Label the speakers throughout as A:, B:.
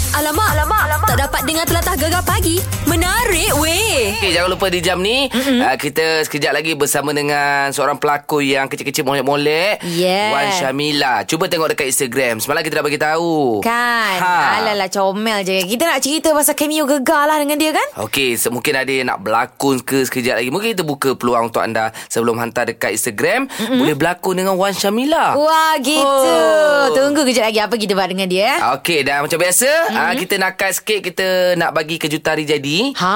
A: Alamak, alamak, alamak. Tak dapat dengar telatah gegar pagi. Menarik weh.
B: Okey, jangan lupa di jam ni mm-hmm. uh, kita sekejap lagi bersama dengan seorang pelakon yang kecil-kecil molek-molek,
A: Yeah.
B: Wan Syamila. Cuba tengok dekat Instagram. Semalam kita dah bagi tahu.
C: Kan ha. Alalah comel je Kita nak cerita pasal cameo gegar lah dengan dia kan
B: Okey, so mungkin ada yang nak berlakon ke sekejap lagi. Mungkin kita buka peluang untuk anda sebelum hantar dekat Instagram, mm-hmm. boleh berlakon dengan Wan Syamila.
C: Wah gitu oh. Tunggu kejap lagi apa kita buat dengan dia eh?
B: Okey, dan macam biasa, mm-hmm. uh, kita nakat sikit kita nak bagi kejutan hari jadi
C: Ha.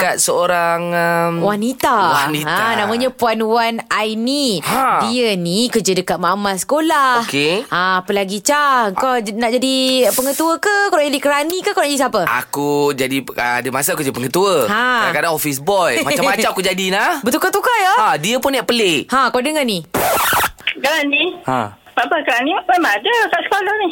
B: dekat seorang um,
C: Wanita ha,
B: Wanita.
C: Namanya Puan Wan Aini
B: Ha.
C: Dia ni kerja dekat mak Mama sekolah
B: Okey.
C: ha, Apa lagi Cah Kau j- nak jadi pengetua ke Kau nak jadi kerani ke Kau nak jadi siapa
B: Aku jadi uh, Ada masa aku jadi pengetua
C: Ha.
B: Kadang-kadang office boy Macam-macam aku jadi nah.
C: Bertukar-tukar ya
B: Ha, dia pun nak pelik
C: Ha kau dengar ni
D: Kan ni?
B: Ha.
D: Papa kan ni memang ada kat sekolah ni.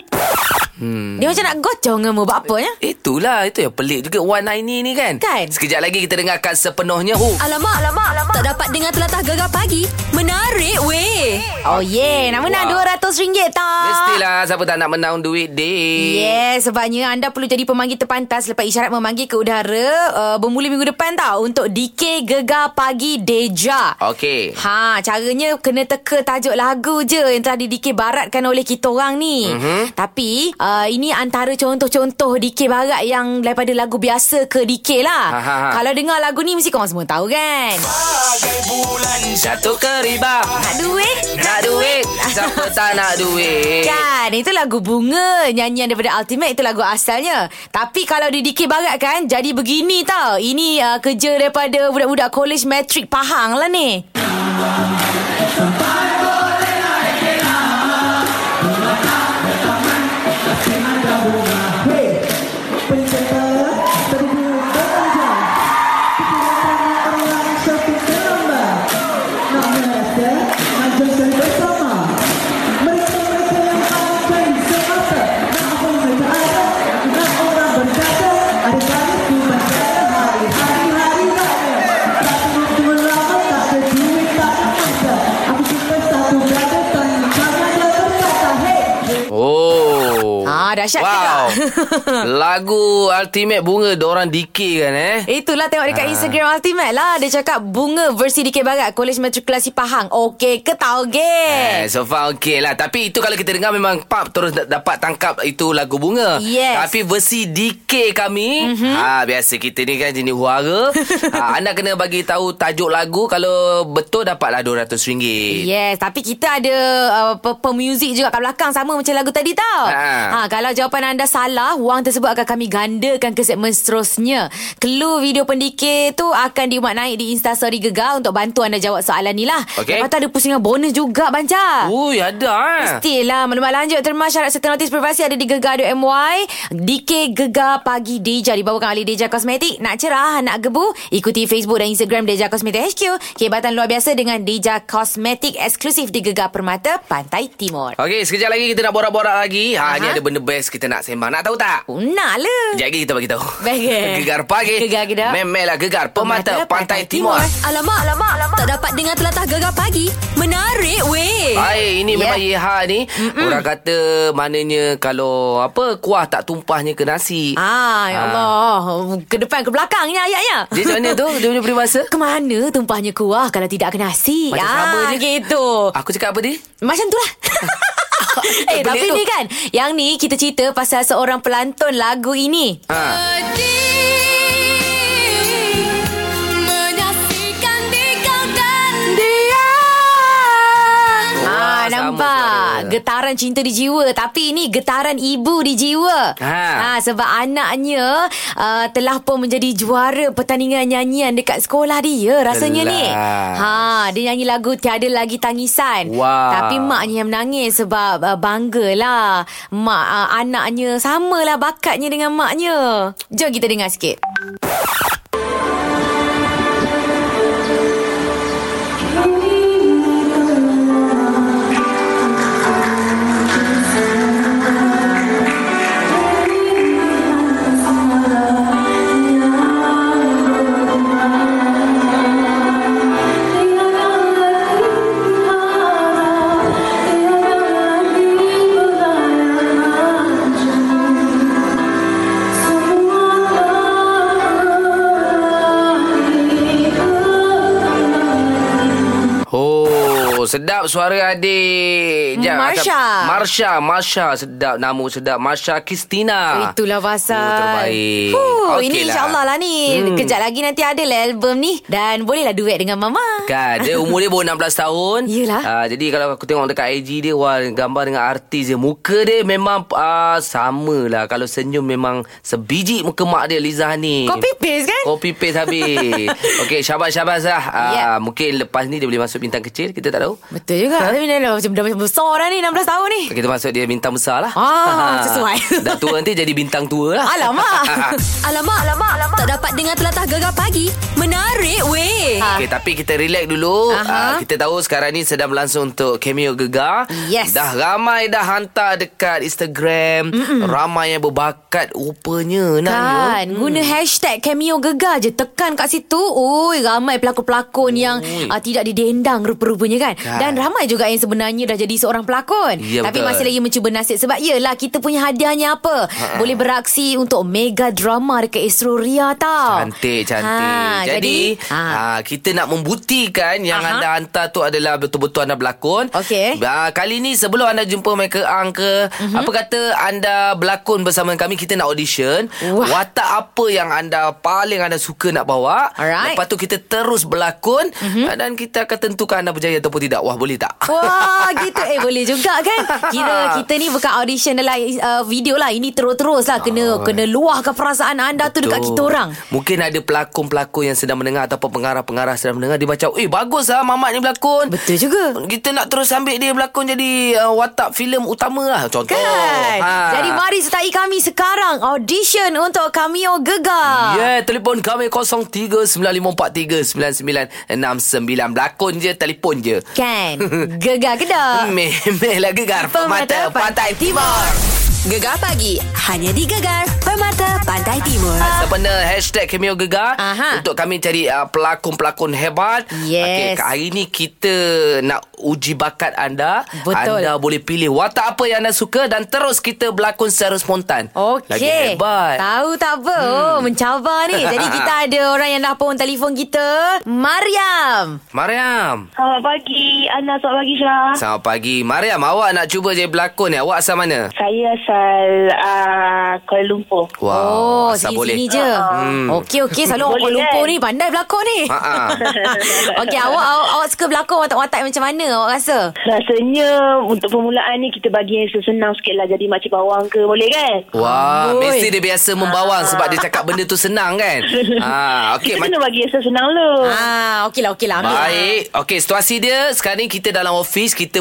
C: hmm. Dia macam nak gocong dengan mu Buat apa ya
B: Itulah Itu yang pelik juga Wan Aini ni kan
C: Kan?
B: Sekejap lagi kita dengarkan sepenuhnya Oh
A: Alamak, alamak, alamak. Tak dapat dengar telatah gegar pagi. Menarik weh.
C: Oh yeah Nak menang
B: Wah.
C: RM200 tak
B: Mestilah Siapa tak nak menang duit dek
C: Yes, sebabnya anda perlu jadi pemanggil terpantas lepas isyarat memanggil ke udara uh, bermula minggu depan tau untuk DK Gegar Pagi Deja.
B: Okey
C: Ha, caranya kena teka tajuk lagu je yang telah didikir baratkan oleh kita orang ni.
B: Mhm.
C: Mm-hmm. Tapi, uh, ini antara contoh-contoh dikir barat yang daripada lagu biasa ke dikir lah.
B: Ha, ha, ha.
C: Kalau dengar lagu ni mesti korang semua tahu kan?
B: Jatuh ke riba
C: Nak duit?
B: Nak duit Siapa tak nak duit
C: Kan Itu lagu bunga Nyanyian daripada Ultimate Itu lagu asalnya Tapi kalau di DK Barat kan Jadi begini tau Ini uh, kerja daripada Budak-budak college Matric Pahang lah ni
B: Oh
C: Ah, dahsyat ke
B: wow.
C: tak?
B: Lagu Ultimate Bunga Diorang dikir kan eh
C: Itulah tengok dekat
B: Ah.
C: Instagram Ultimate lah Dia cakap bunga versi DK Barat College Matrikulasi Pahang Okey ke tau
B: Eh,
C: ge
B: so far okey lah Tapi itu kalau kita dengar Memang pap terus da- dapat tangkap Itu lagu bunga
C: Yes. Mhm.
B: Tapi versi DK kami mm-hmm. ha, Biasa kita ni kan jenis huara ha, Anda kena bagi tahu tajuk lagu Kalau betul dapatlah RM200
C: Yes, tapi kita ada uh, pe- pemuzik juga kat belakang sama macam lagu tadi tau.
B: Ha.
C: Ha. ha kalau jawapan anda salah, wang tersebut akan kami gandakan ke segmen seterusnya. Clue video pendikir tu akan diumat naik di Insta story Gegar untuk bantu anda jawab soalan ni lah.
B: Okey.
C: Lepas tu ada pusingan bonus juga Banca.
B: Ui ada eh
C: Pastilah Maklumat lanjut Terma syarat serta notis privasi Ada di gegar.my DK Gegar Pagi Deja Dibawakan oleh Deja Kosmetik Nak cerah Nak gebu Ikuti Facebook dan Instagram Deja Kosmetik HQ Kehebatan luar biasa Dengan Deja Kosmetik Eksklusif di Gegar Permata Pantai Timur
B: Okey sekejap lagi kita nak borak-borak lagi ha,
C: Aha.
B: Ni ada benda best kita nak sembang Nak tahu tak?
C: Oh, Nak lah
B: Sekejap lagi kita bagi tahu
C: Baik, eh?
B: Gegar pagi
C: Gegar kita.
B: Memelah gegar Pemata, Pemata Pantai, Timur, Timur.
A: Alamak, alamak, alamak. Tak dapat dengar telatah gegar pagi. Menarik
C: Eh,
A: weh.
B: Hai, ini
C: Yeah.
B: memang Yeha ni Mm-mm. Orang kata Maknanya Kalau apa Kuah tak tumpahnya ke nasi
C: Ah, ya
B: Ah.
C: Allah. Ke depan ke belakangnya ayatnya.
B: Dia macam mana tu? Dia punya peribahasa
C: Ke mana tumpahnya kuah kalau tidak ke nasi?
B: Macam
C: ah,
B: sama je.
C: gitu.
B: Aku cakap apa dia?
C: Macam tu lah Eh
B: Pelik
C: tapi
B: tu.
C: ni kan Yang ni kita cerita Pasal seorang pelantun lagu ini
B: Ha. Wah,
C: Ah,
B: sama
C: nampak
B: suara.
C: Getaran cinta di jiwa Tapi ini getaran ibu di jiwa
B: Ha.
C: ha sebab anaknya uh, Telah pun menjadi juara Pertandingan nyanyian Dekat sekolah dia Rasanya ni
B: Kelas.
C: ha Dia nyanyi lagu Tiada lagi tangisan
B: Wow.
C: Tapi maknya yang menangis Sebab uh, banggalah Mak uh, anaknya Samalah bakatnya dengan maknya Jom kita dengar sikit
E: Terima
B: Oh, Sedap suara adik. Jap,
C: Marsha.
B: macam- Marsha, Marsha sedap nama sedap Marsha Kristina.
C: Itulah pasal
B: Oh, terbaik.
C: huh,
B: Okey
C: Ini
B: lah.
C: insyaAllah lah ni hmm. Kejap lagi nanti ada lah album ni Dan bolehlah duet dengan Mama
B: Kan Dia umur dia baru 16 tahun
C: Yelah.
B: uh, Jadi kalau aku tengok dekat IG dia Wah gambar dengan artis dia Muka dia memang uh, Sama lah Kalau senyum memang Sebiji muka mak dia Liza ni
C: Copy paste kan?
B: Copy paste habis Okey syabas-syabas lah uh,
C: Yep.
B: Mungkin lepas ni dia boleh masuk bintang kecil Kita tak tahu
C: Betul juga Tapi dah, dah macam dah macam besar dah ni 16 tahun ni
B: Kita masuk dia bintang besar lah
C: Ah, sesuai.
B: Dah tua nanti jadi bintang tua lah
C: Alamak
A: Alamak, alamak, alamak. Tak dapat dengar telatah gegar pagi. Menarik weh. Ha.
B: Okay, tapi kita relax dulu.
C: Aha.
B: Uh, kita tahu sekarang ni sedang berlangsung untuk cameo gegar.
C: Yes.
B: Dah ramai dah hantar dekat Instagram. Mm-mm. Ramai yang berbakat rupanya. ya. Nanya.
C: Kan Guna hashtag cameo gegar je Tekan kat situ Ui ramai pelakon-pelakon yang uh, Tidak didendang rupa-rupanya kan?
B: Kan.
C: Dan ramai juga yang sebenarnya Dah jadi seorang pelakon
B: Ya,
C: Tapi
B: betul.
C: masih lagi mencuba nasib Sebab yelah kita punya hadiahnya apa Boleh beraksi untuk mega drama Dekat Astro Ria tau
B: Cantik, cantik.
C: Ha,
B: jadi,
C: jadi
B: ha. kita nak membuktikan yang
C: Aha.
B: anda hantar tu adalah betul-betul anda berlakon.
C: Okey. Mhm.
B: Ah, kali ni sebelum anda jumpa mereka ang ke, apa kata anda berlakon bersama kami, kita nak audition.
C: Wah.
B: Watak apa yang anda paling anda suka nak bawa.
C: Alright. Mhm.
B: Lepas tu kita terus berlakon ah, dan kita akan tentukan anda berjaya ataupun tidak. Wah, boleh tak?
C: Wah gitu Eh boleh juga kan
B: Ha.
C: Kira kita ni bukan audition dalam uh, video lah Ini terus-terus lah Kena,
B: Ha.
C: kena luahkan perasaan anda tu Dekat kita orang
B: Mungkin ada pelakon-pelakon yang sedang mendengar Ataupun pengarah-pengarah sedang mendengar Dia macam Eh bagus lah Mamat ni berlakon
C: Betul juga
B: Kita nak terus ambil dia berlakon jadi uh, watak filem utama lah contoh. ha.
C: Kan Jadi mari sertai kami sekarang Audition untuk Cameo Gegar
B: Ya, yeah, telefon kami 0395439969. Berlakon je, telefon je.
C: Kan Gegar Kedah
B: Memeh lah gegar Pemata Pantai Timur.
A: Gegar pagi. Hanya di Gegar. Permata Pantai Timur.
B: Sempena hashtag Cameo Gegar
C: Aha.
B: Untuk kami cari uh, pelakon-pelakon hebat
C: Yes.
B: Okey, Hari ni kita nak uji bakat anda
C: Betul.
B: Anda boleh pilih watak apa yang anda suka Dan terus kita berlakon secara spontan Lagi
C: Okey.
B: hebat Hmm.
C: Tahu tak apa. Oh, mencabar ni. Jadi kita ada orang yang dah pun telefon kita. Mariam.
B: Mariam
D: Selamat pagi, Ana. Selamat pagi, Syah.
B: Selamat pagi Mariam awak nak cuba je berlakon ni Awak asal mana?
D: Saya asal uh, Kuala Lumpur.
C: Oh,
B: asal boleh
C: sini-sini je. Hmm. Okey, okey. Selalu orang
D: Boleh,
C: Kuala Lumpur
D: kan?
C: ni pandai berlakon ni.
B: Ha ah.
C: Okey, awak, awak awak suka berlakon watak-watak macam mana awak rasa?
D: Rasanya untuk permulaan ni kita bagi yang sesenang sikit lah. Jadi makcik bawang ke boleh kan?
B: Wah,
C: Amboi.
B: mesti dia biasa membawang sebab dia cakap benda tu senang kan? Ah, okey.
D: kita
B: ma-
D: kena bagi yang sesenang dulu.
C: Ah, okeylah, okeylah. Ambil.
B: Baik. Okey, situasi dia sekarang ni kita dalam office, kita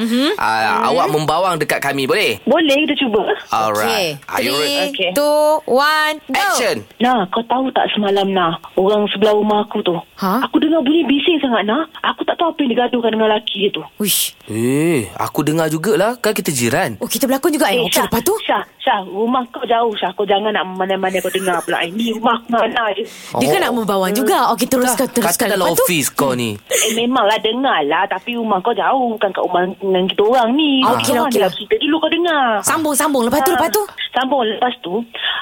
C: Mhm.
B: Mm-hmm. Uh, Awak membawang dekat kami, boleh?
D: Boleh kita cuba.
B: Alright.
C: Okey.
B: Are you ready?
C: Three,
D: Okey.
C: two, one, go.
B: Action.
D: Nah, kau tahu tak semalam nah, orang sebelah rumah aku tu.
C: Ha?
D: Aku dengar bunyi bising sangat nah. Aku tak tahu apa yang digaduhkan dengan lelaki dia tu.
C: Uish.
B: Eh, aku dengar jugalah. Kan kita jiran.
C: Oh, kita berlakon juga eh. Okey,
D: Syah,
C: lepas tu?
D: Syah, Syah, rumah kau jauh Syah. Kau jangan nak mana-mana kau dengar pula. Ini rumah aku mana je.
C: Dia kan
B: Oh.
C: nak membawang juga. Okey, teruskan, teruskan.
B: Kata dalam
C: Lepas tu? Hmm.
B: office kau ni.
D: Eh, memanglah dengar lah. Tapi rumah kau jauh. Bukan kat rumah dengan kita orang ni.
C: Ah, okey lah,
D: Kau
C: okey lah.
D: dalam Cerita dulu kau dengar.
C: Sambung, sambung. Lepas tu,
D: Ah,
C: lepas tu?
D: Sambung. Lepas tu,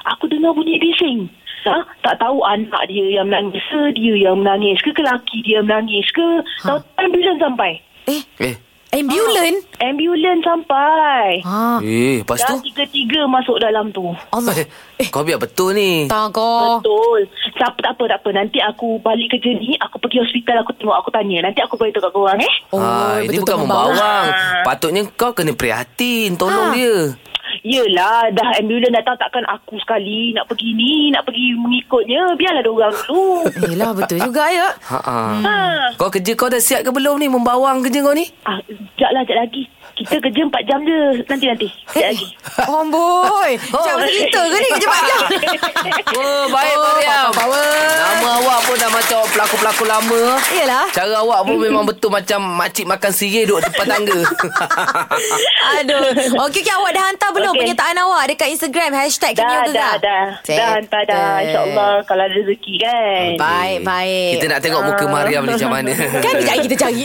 D: aku dengar bunyi bising. Ha? Tak tahu anak dia yang menangis ke, dia yang menangis ke, ke laki dia yang menangis ke. Ha? Tahu ambulans sampai.
C: Eh,
B: Eh,
C: ambulan?
D: Ambulans sampai.
C: Ha.
B: eh, lepas tu?
D: Dah tiga-tiga masuk dalam tu.
C: Allah.
B: Eh, kau biar betul ni.
C: Tak kau.
D: Betul. Tak apa, tak apa, tak apa. Nanti aku balik kerja ni, aku pergi hospital, aku tengok, aku tanya. Nanti aku beritahu kat korang eh.
C: Oh,
B: ah, ini
C: betul-betul
B: bukan
C: membawang.
B: membawang.
D: Ah.
B: Patutnya kau kena prihatin.
C: Ah.
B: Tolong dia.
D: Yelah, dah ambulans datang takkan aku sekali nak pergi ni, nak pergi mengikutnya. Biarlah dia orang dulu.
C: Yelah, betul juga ya.
B: Ha ah.
D: ha.
B: Kau kerja kau dah siap ke belum ni? Membawang kerja kau ni?
D: Ah, sekejap lah, sekejap lagi. Kita kerja 4 jam je. Nanti-nanti. Sekejap lagi.
C: Amboi. Macam mana kita Eh, oh, ke ni lah. kerja panjang?
B: Oh, baik
C: Oh,
B: oh, Mariam.
C: power-power.
B: Nama awak pun dah macam pelakon-pelakon lama.
C: Yelah.
B: Cara awak pun memang betul macam makcik makan sirih duduk depan tangga.
C: Aduh. Okey, okay, awak dah hantar belum
D: Okey.
C: penyertaan awak dekat Instagram hashtag
D: Dah,
C: Kimia
D: dah,
C: Gegar?
D: dah. Dah hantar dah. InsyaAllah kalau ada rezeki kan.
C: Baik,
B: Eh,
C: baik.
B: Kita nak tengok muka Mariam ni macam mana. Kan
C: Kan kejap lagi kita cari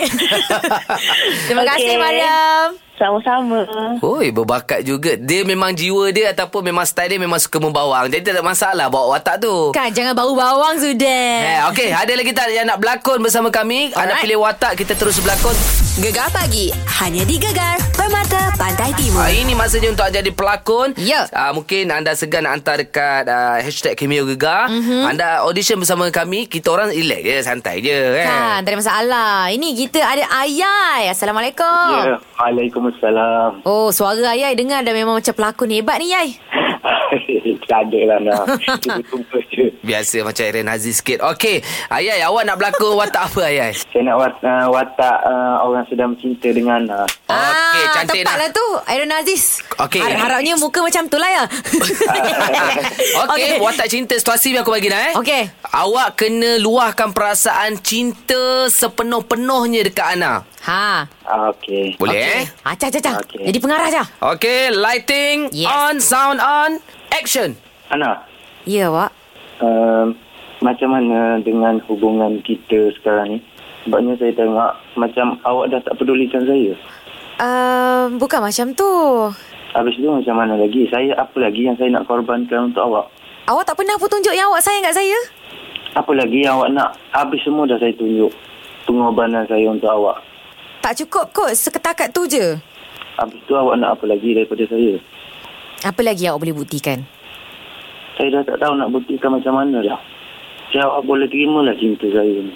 C: Terima kasih
D: Okey.
C: Mariam
D: Sama-sama.
B: Oi, berbakat juga. Dia memang jiwa dia ataupun memang style dia memang suka membawang. Jadi tak ada masalah bawa watak tu.
C: Kan jangan bau bawang
B: Eh,
C: sudah.
B: okey, ada lagi tak yang nak berlakon bersama kami? Alright. Anda
C: Alright.
B: pilih watak, kita terus berlakon.
A: Gegar pagi. Hanya di Gegar. Permata Pantai Timur.
B: Ah, ini masanya untuk jadi pelakon.
C: Ya.
B: Ah, mungkin anda segan nak hantar dekat ah, hashtag Cameo Gegar.
C: Mhm.
B: Mm-hmm. Anda audition bersama kami. Kita orang relax je, santai je.
C: Kan,
B: Kan?
C: tak ada masalah. Ini kita ada Ayai. Assalamualaikum.
E: Ya, Waalaikumsalam.
C: Oh, suara Ayai dengar dah memang macam pelakon hebat ni, Yai.
E: tak ada lah nak. Kita tunggu je.
B: Biasa macam Aaron Aziz sikit. Okey, Ayai, awak nak berlakon watak apa, Ayai?
E: Saya nak wat, uh, watak uh, orang sedang cinta dengan uh,
B: Okey, cantik
C: Tepat lah
B: nak.
C: tu, Aaron Aziz.
B: Okey.
C: Har- harapnya muka macam tu lah, ya.
B: Okey, okay. watak cinta situasi biar aku bagi dah eh.
C: Okey.
B: Awak kena luahkan perasaan cinta sepenuh-penuhnya dekat Ana.
C: Ha. Ah,
E: ah, okay.
B: Boleh okay. eh?
C: Acah, acah, acah.
E: Okey.
C: Jadi pengarah je.
B: Okey, lighting
C: Yes.
B: on, sound on, action.
E: Ana,
C: Ya, Wak.
E: uh, macam mana dengan hubungan kita sekarang ni? Sebabnya saya tengok macam awak dah tak pedulikan saya.
C: Um, bukan macam tu.
E: Habis tu macam mana lagi? Saya apa lagi yang saya nak korbankan untuk awak?
C: Awak tak pernah pun tunjuk yang awak sayang kat saya?
E: Apa lagi yang awak nak? Habis semua dah saya tunjuk pengorbanan saya untuk awak.
C: Tak cukup kot, seketakat tu je.
E: Habis tu awak nak apa lagi daripada saya?
C: Apa lagi yang awak boleh buktikan?
E: Saya dah tak tahu nak buktikan macam mana dah. Saya awak boleh terima lah cinta saya ni.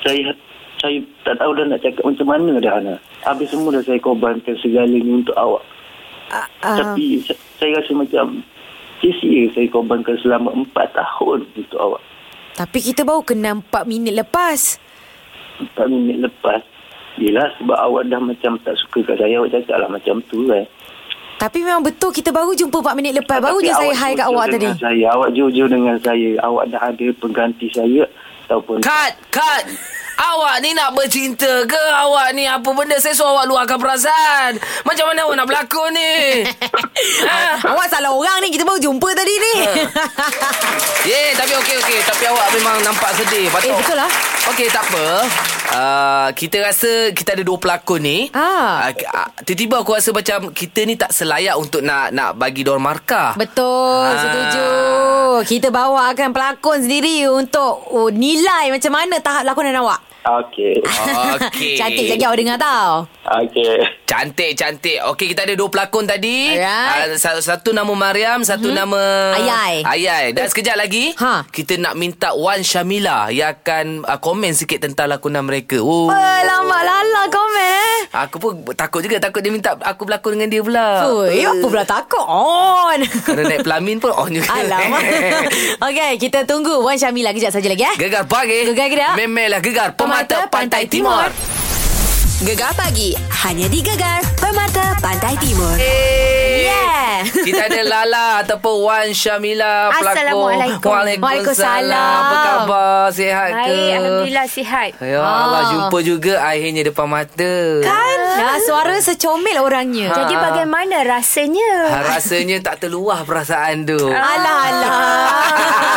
E: Saya saya tak tahu dah nak cakap macam mana dah Ana. Habis semua dah saya korbankan segalanya untuk awak.
C: Uh,
E: Uh. Tapi sa- saya rasa macam sia-sia saya korbankan selama empat tahun untuk awak.
C: tapi kita baru kena 4 minit lepas.
E: Empat minit lepas. Yelah sebab awak dah macam tak suka kat saya. Awak cakap lah macam tu lah.
C: Tapi memang betul kita baru jumpa 4 minit lepas. Baru
E: Tapi
C: je saya
E: awak
C: hai kat
E: jujur
C: awak tadi.
E: dengan Saya. Awak jujur dengan saya. Awak dah ada pengganti saya. Ataupun
B: Cut, cut. Awak ni nak bercinta ke? Awak ni apa benda? Saya suruh awak luahkan perasaan. Macam mana awak nak berlakon ni? ha?
C: Awak salah orang ni Kita baru jumpa tadi ni
B: Yeah, tapi okey, okey. Tapi awak memang nampak sedih.
C: Eh,
B: Patut.
C: betul lah.
B: Okey, tak apa. Uh, kita rasa kita ada dua pelakon ni.
C: Ah.
B: Uh, tiba-tiba aku rasa macam kita ni tak selayak untuk nak nak bagi dor markah.
C: Betul
B: Ah.
C: Setuju Kita bawa akan pelakon sendiri Untuk oh, nilai macam mana Tahap lakonan awak
E: Okey.
B: Okey.
C: Cantik lagi awak dengar tau
E: Okey.
B: Cantik, cantik. Okey, kita ada dua pelakon tadi.
C: Alright. Mhm.
B: Ah, satu, satu nama Mariam, satu mm-hmm. nama...
C: Ayai.
B: Ayai. Dan sekejap lagi,
C: Ha.
B: kita nak minta Wan Syamila yang akan uh, komen sikit tentang lakonan mereka. Oh.
C: oh. Lama lala komen eh
B: Aku pun takut juga. Takut dia minta aku berlakon dengan dia pula.
C: Ui,
B: Eh,
C: apa pula takut on
B: Kalau naik pelamin pun on juga.
C: Alamak Okay kita tunggu Wan Syamila kejap saja lagi eh
B: Gegar pagi.
C: Gegar gerak.
B: Memelah gegar. Pemata, Pantai, Timur.
A: Gegar pagi. Hanya di Gegar. Permata Pantai Timur.
B: Eh.
C: Yeah
B: Kita ada Lala ataupun Wan Syamila pelakon.
F: Assalamualaikum.
B: Waalaikumsalam.
C: Waalaikumsalam.
B: Apa khabar? Sihat ke?
F: Baik, Alhamdulillah sihat.
B: Ya Allah,
C: Ah.
B: jumpa juga akhirnya depan mata.
C: Kan
A: Ha.
C: Dah suara secomel orangnya
F: Jadi bagaimana rasanya?
B: Ah. Ha, rasanya tak terluah perasaan tu.
A: Ah.
C: Alah alah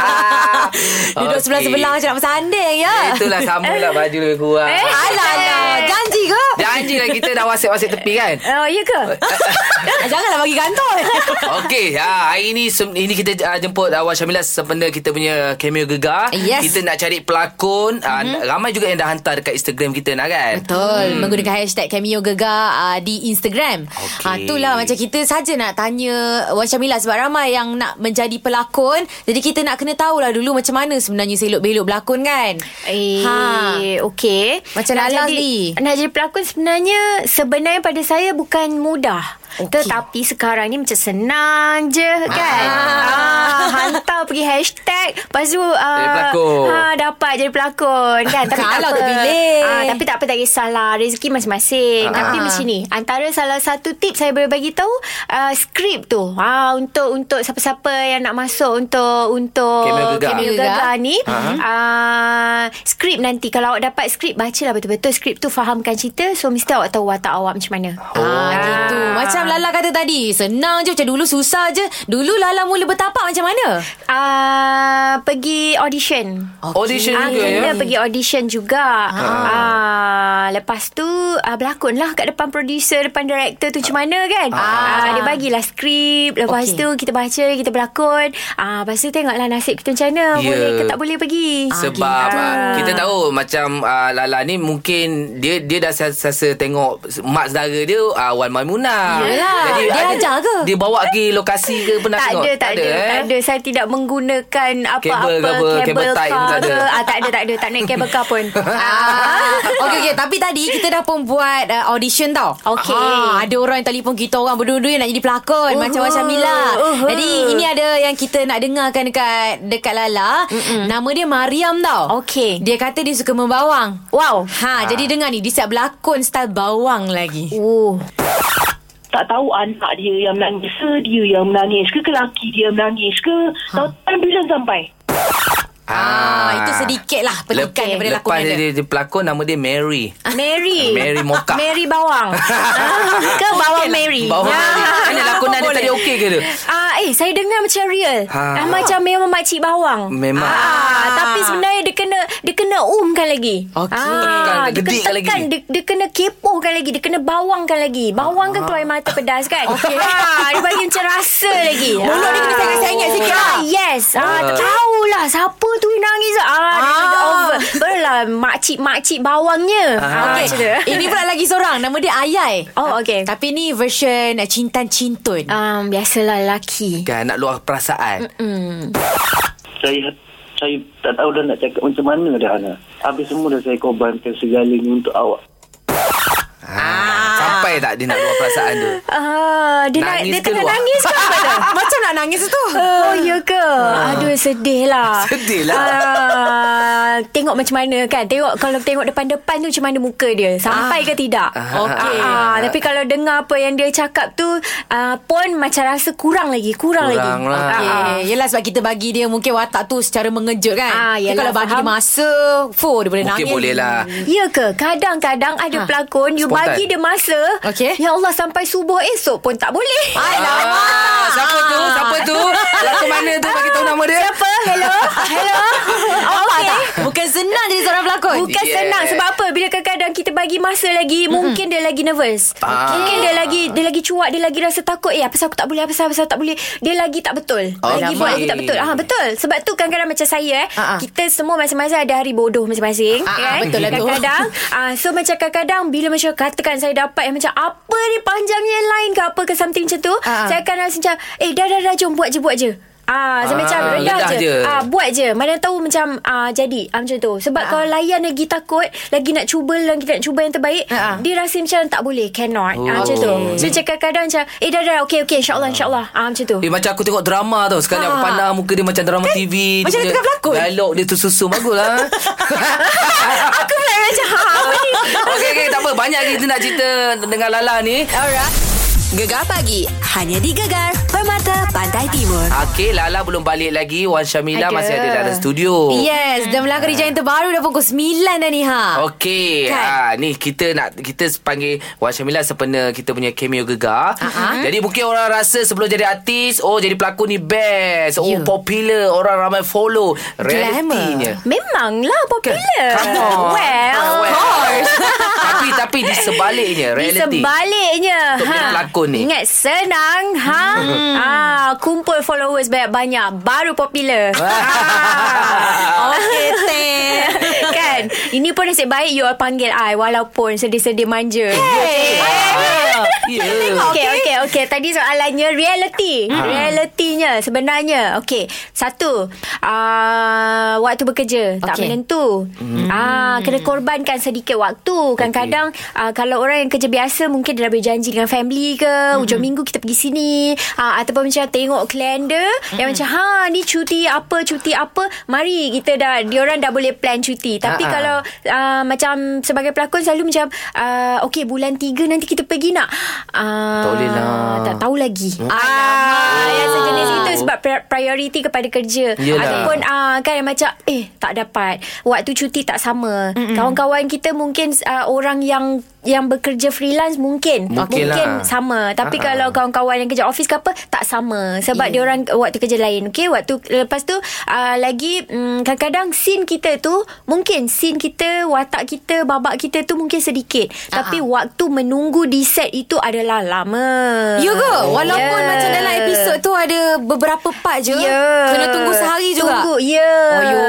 C: Duduk
B: Okey.
C: sebelah-sebelah macam nak bersanding ya
B: Itulah sama lah baju lebih kurang. Ah.
F: Eh.
C: Alah alah Eh. Janji ke?
B: Janjilah kita dah wasik-wasik tepi kan?
F: Oh, ya ke?
C: Ah, Janganlah bagi kantoi
B: Okey, ha, hari ini sem- ini kita uh, jemput awal Syamila sempena kita punya cameo gegar.
C: Yes. Mhm.
B: Kita nak cari pelakon. Mm-hmm. Uh, ramai juga yang dah hantar dekat Instagram kita nak kan?
C: Betul hmm. Menggunakan hashtag Cameo Gegar uh, Di Instagram
B: Okey.
C: Ah, Itulah macam kita saja nak tanya Wan Syamila Sebab ramai yang nak menjadi pelakon Jadi kita nak kena tahulah dulu Macam mana sebenarnya selok-belok berlakon kan
F: Eh, ha. okey.
C: Macam
F: Nak
C: Lala
F: jadi-
C: ni.
F: Nak jadi pelakon sebenarnya, sebenarnya pada saya bukan mudah.
C: Okey.
F: Okay. Tetapi sekarang ni macam senang je kan.
B: Ah.
F: Ah. hantar pergi hashtag. Lepas tu ah,
B: Jadi pelakon.
F: Ha, dapat jadi pelakon kan. Tapi
C: Kalau
F: tak apa.
C: terpilih.
F: Ah, tapi tak apa tak kisahlah. Rezeki masing-masing.
B: Ah.
F: Tapi macam ni. Antara salah satu tips saya boleh bagi tahu ah, skrip tu. Ah, untuk untuk siapa-siapa yang nak masuk untuk untuk
B: Kamera gegar. Ha?
F: kamera
C: Gegar.
F: gegar ni uh, skrip nanti kalau awak dapat skrip bacalah betul-betul skrip tu fahamkan cerita so mesti awak tahu watak awak macam mana
B: Oh,
C: Ah, gitu. Macam Lala kata tadi Senang je Macam dulu susah je Dulu Lala mula bertapak macam mana?
F: uh, uh, pergi audition.
B: Okay. Audition
F: Ah,
B: juga
F: kena
B: ya.
F: pergi audition juga. Ah, lepas tu ah, berlakon lah kat depan producer, depan director tu macam mana kan? Ah, dia bagilah skrip, lepas
C: Okey.
F: tu kita baca, kita berlakon. Ah, lepas tu tengoklah nasib kita macam mana,
B: Ya.
F: boleh ke tak boleh pergi.
B: Sebab
F: gitu.
B: ah. kita tahu macam ah, Lala ni mungkin dia dia dah sasa tengok mak saudara dia ah, Wan Maimunah.
C: Yelah, dia
B: ada-
C: ajar ke?
B: Dia bawa pergi lokasi ke pernah
F: tak
B: tengok?
F: ada, tak ada,
B: eh?
F: tak ada. Saya tidak menggunakan apa-apa
B: Kabel ke apa, kabel tie pun tak
F: car
B: ada.
F: ke. Ah, tak ada, tak ada. Tak naik kabel car pun. ah.
C: Ah, okey okey tapi tadi kita dah pun buat uh, audition tau.
F: Okey. Uhuh.
C: Ah, ada orang yang telefon kita orang berdua-dua nak jadi pelakon
F: Uhu,
C: macam macam Mila.
F: uhu.
C: Jadi ini ada yang kita nak dengarkan dekat dekat Lala. Mm-mm. Nama dia Mariam tau.
F: Okey. Ah.
C: Dia kata dia suka membawang.
F: Wow.
C: Ha, jadi dengar ni dia siap berlakon style bawang lagi.
F: Oh.
D: tak tahu anak dia yang menangis ke dia yang menangis ke ke laki dia menangis ke ha. tahu bila sampai
C: Ah, itu sedikit lah petikan
B: Lep-
C: daripada
B: Lepas
C: lakonan
B: dia,
C: dia. Eh,
B: dia, dia pelakon Nama dia Mary
F: Mary
B: Mary lah. Mocha.
F: Mary Bawang Ah, Ke Bawang
C: Ah,
F: Mary
B: Bawang Mary. Mana lakonan dia tadi okey ke dia?
F: Ah, eh, saya dengar macam real.
B: Ha.
F: Ah, macam memang makcik bawang.
B: Memang.
F: Ah, tapi sebenarnya dia kena dia kena umkan lagi.
B: Okey. Tekan,
F: Ah, dia kena
B: gedikkan lagi.
F: tekan, dia, dia kena kepohkan lagi, dia kena bawangkan lagi. Bawang kan keluar air mata pedas kan? Okey. Ah, dia bagi macam rasa lagi.
C: Mulut dia kena sengit-sengit sikit lah.
F: Ah, yes. Ah, tak tahulah siapa tu yang nangis. Ah, ah. dia kena over. Barulah makcik-makcik bawangnya. Ah,
C: Okey.
F: macam tu.
C: Ini Eh, pula lagi seorang Nama dia Ayai
F: Oh, okey.
C: Tapi ni version uh, Cintan Cintun
F: Um, biasalah lelaki.
B: Kan nak luar perasaan
E: Saya saya tak tahu dah nak cakap macam mana dah Ana. Habis semua dah saya korbankan segalanya untuk awak.
B: ha.
C: Ah.
B: Sampai tak dia nak luar perasaan tu
F: Ah, dia nangis
B: Nangis
F: dia tengah
B: keluar.
F: nangis ke apa dah?
C: Macam nak nangis tu
F: Oh, ya ke? Aduh, sedih lah.
B: Ah. Sedih lah.
F: Ah, tengok macam mana kan. Tengok kalau tengok depan-depan tu macam mana muka dia. Sampai ke
B: Ah.
F: tidak.
B: Okey.
F: Ah, tapi kalau dengar apa yang dia cakap tu, ah, pun macam rasa kurang lagi. Kurang,
B: Kurang
F: lagi.
B: lah.
F: Ah, ah.
C: Okay. Yelah sebab kita bagi dia Mungkin watak tu Secara mengejut kan
F: Ah,
C: Tapi
F: yelah,
C: Kalau bagi dia
F: faham.
C: masa Fuh dia boleh
B: Mungkin
C: nangis
B: boleh lah
F: Ya ke? Kadang-kadang ada
C: Ha.
F: pelakon You
B: Spontan.
F: bagi dia masa
C: Okey.
F: Ya Allah sampai subuh esok pun tak boleh
B: ah, Siapa tu? Siapa tu? Pelakon mana tu? Bagi tahu nama dia
F: Siapa? Hello? Hello?
C: Nampak
F: Okey.
C: tak? Bukan senang jadi seorang pelakon
F: Bukan
B: Yes.
F: yeah. senang sebab apa bila kadang-kadang kita bagi masa lagi mm-hmm. mungkin dia lagi nervous.
B: Ah.
F: Mungkin dia lagi dia lagi cuak, dia lagi rasa takut. Eh apa pasal aku tak boleh, apa pasal apa pasal tak boleh. Dia lagi tak betul.
B: Okay.
F: Lagi buat lagi tak betul. Ah betul. Sebab tu kadang-kadang macam saya eh,
C: Ah, ah.
F: kita semua masing-masing ada hari bodoh masing-masing
C: Ah, ah,
F: kan.
C: betul lah tu.
F: Kadang-kadang ah so macam kadang-kadang bila macam katakan saya dapat yang macam apa ni panjangnya line ke apa ke something macam tu,
C: Ah, ah.
F: saya akan rasa macam eh dah dah dah jom buat je buat je. Ah, saya
B: Ah,
F: macam rendah
B: ledah
F: je.
B: je.
F: Ah, buat je Mana tahu macam uh, Jadi uh, Macam tu Sebab
B: Ya.
F: uh-huh. kalau layan lagi takut Lagi nak cuba Lagi nak cuba yang
C: Ah.
F: terbaik
B: Ya.
F: uh-huh. Dia rasa macam tak boleh Cannot uh, Macam tu
B: Oh.
F: So macam kadang-kadang macam Eh dah dah dah, Okay okay insyaAllah insyaAllah uh, Macam tu
B: Ah. Eh macam aku tengok drama tau Sekarang aku pandang muka dia macam drama TV
C: Ah. Eh, Macam dia
B: punya
C: tengah berlakon.
B: Dialog dia tu susun bagus lah
F: Aku pula macam ha, Apa ni
B: Okey okey tak apa Banyak lagi kita nak cerita Dengan Lala ni
A: Alright. Gegar pagi. Hanya di Gegar. Permata Pantai Timur.
B: Okey Lala belum balik lagi Wan Syamila
F: Ada.
B: masih ada dalam studio
C: Yes Dan
B: Ah.
C: melakon kerja yang terbaru Dah pukul 9 dah ni ha
B: Okey.
C: Kan?
B: Ha ni kita nak kita panggil Wan Syamila sepena kita punya cameo gegar.
C: Ah,
B: Uh-huh. Jadi mungkin orang rasa sebelum jadi artis, oh jadi pelakon ni best. Oh
C: You.
B: popular, orang ramai follow. Realitinya.
F: Memanglah popular
B: Come on.
F: Well
B: Ah, well. tapi tapi di sebaliknya
F: Di
B: reality.
F: sebaliknya Ha.
B: Untuk jadi pelakon ni.
F: Ingat senang ha? ah, Kumpul followers banyak-banyak Baru popular ah.
C: Okey teh
F: kan Ini pun nasib baik You all panggil I Walaupun sedih-sedih manja hey.
B: Ya.
F: Okay, okay, okay. Tadi soalannya reality. Ha. Realitinya sebenarnya. Okay. Satu, uh, waktu bekerja tak
C: Okey.
F: menentu. Hmm. Ah, kena korbankan sedikit waktu. Kadang-kadang uh, kalau orang yang kerja biasa mungkin dia dah berjanji dengan family ke, hmm. hujung minggu kita pergi sini, uh, ataupun macam tengok kalender hmm. yang macam ha ni cuti apa, cuti apa. Mari kita dah diorang dah boleh plan cuti. Tapi
B: Ha-ha.
F: kalau uh, macam sebagai pelakon selalu macam uh, okay bulan 3 nanti kita pergi nak uh,
B: Tak boleh lah. Oh.
F: tak tahu lagi ah yang sejenis itu sebab pri- priority kepada kerja
B: Yelah.
F: ataupun ah kan yang macam eh tak dapat waktu cuti tak sama kawan-kawan kita mungkin uh, orang yang yang bekerja freelance mungkin
B: Mungkin
F: mungkin
B: lah.
F: sama tapi
B: Ha-ha.
F: kalau kawan-kawan yang kerja office ke apa tak sama sebab yeah. dia orang waktu kerja lain okey waktu lepas tu uh, lagi um, kadang-kadang scene kita tu mungkin scene kita watak kita babak kita tu mungkin sedikit uh-huh. tapi waktu menunggu di set itu adalah lama Ya.
C: You Ya ke? Walaupun
F: Yeah.
C: macam dalam episod tu ada beberapa part je.
F: Ya.
C: Kena tunggu sehari juga.
F: Tunggu, ya.
C: Ayo.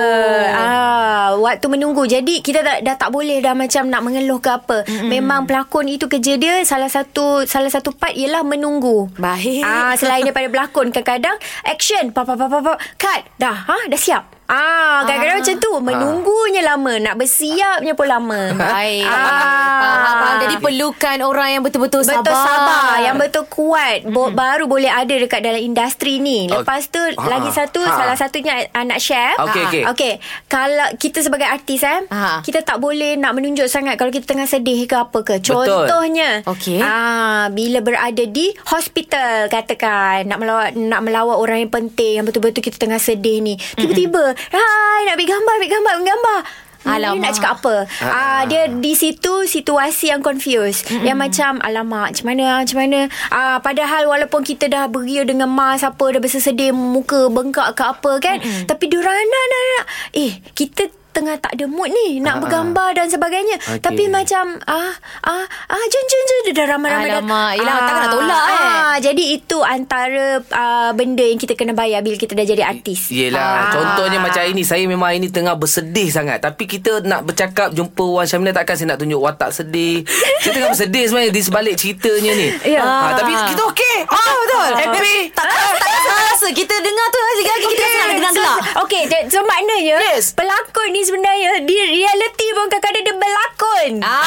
F: Ah, waktu menunggu. Jadi kita dah, dah tak boleh dah macam nak mengeluh ke apa. Mm-hmm. Memang pelakon itu kerja dia salah satu salah satu part ialah menunggu.
C: Baik.
F: Ah, selain daripada pelakon kadang-kadang action pop pop pop pop, pop cut dah ha dah siap. Ah, kadang-kadang ah. macam tu menunggunya lama, nak bersiapnya pun lama. Ah.
C: Baik. Faham, faham. Jadi perlukan orang yang betul-betul sabar.
F: Betul sabar Yang betul kuat bo- Baru boleh ada Dekat dalam industri ni Lepas tu
B: Ha.
F: Lagi satu
B: Ha.
F: Salah satunya uh, Nak share
B: Okey,
F: Ha.
B: okey.
F: Okey Kalau kita sebagai artis eh,
C: Ha.
F: Kita tak boleh Nak menunjuk sangat Kalau kita tengah sedih ke apa ke Contohnya
C: Okey.
F: ah, Bila berada di Hospital Katakan Nak melawat Nak melawat orang yang penting Yang betul-betul kita tengah sedih ni Tiba-tiba Hai nak ambil gambar Ambil gambar Ambil gambar Alamak. Ni
C: Alamak.
F: nak cakap apa? Ah, ah dia di situ situasi yang confused. Mm-hmm. Yang macam alamak, macam mana macam mana. Ah padahal walaupun kita dah beria dengan mas apa dah bersesedih muka bengkak ke apa kan, mm-hmm. tapi diorang nak, nak nak eh kita tengah tak ada mood ni nak bergambar dan sebagainya
B: Okey.
F: okay. tapi macam ah ah ah jom jom jom dia dah ramai-ramai
C: Alamak, yelah, takkan nak tolak, eh.
F: ah, jadi itu antara ah, benda yang kita kena bayar bila kita dah jadi artis
B: Yelah ah. Contohnya macam hari ni Saya memang hari ni tengah bersedih sangat Tapi kita nak bercakap Jumpa Wan Syamina Takkan saya nak tunjuk watak sedih Saya tengah bersedih sebenarnya Di sebalik ceritanya ni
F: Ya.
B: ha, Tapi kita okey
C: Ah, betul.
B: Happy
C: Tak tak tak rasa kita dengar tu lagi-lagi kita rasa nak gelak-gelak.
F: So, okay, that, so maknanya yes. pelakon ni sebenarnya di reality pun kadang-kadang dia berlakon.
C: Ah.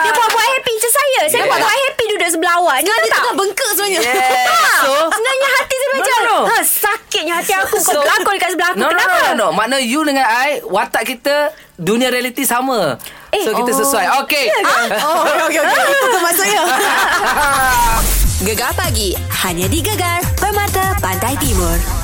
F: Dia buat- buat, dia buat buat happy macam saya. Saya buat buat happy duduk sebelah awak. Ni
C: Sekarang
F: tahu
C: dia
F: tak?
C: tengah bengkak sebenarnya.
B: Yes. So
F: Sebenarnya hati saya macam
B: no, no.
F: ha, Sakitnya hati aku Kau berlakon dekat sebelah aku
B: no, no,
F: Kenapa?
B: no, no, no. Makna you dengan I Watak kita Dunia reality sama
F: Eh,
B: So kita
F: oh.
B: sesuai Okay
C: Oh, okey okey okey. Itu tu maksudnya.
A: Gegar pagi. Hanya di Gegar. Permata Pantai Timur.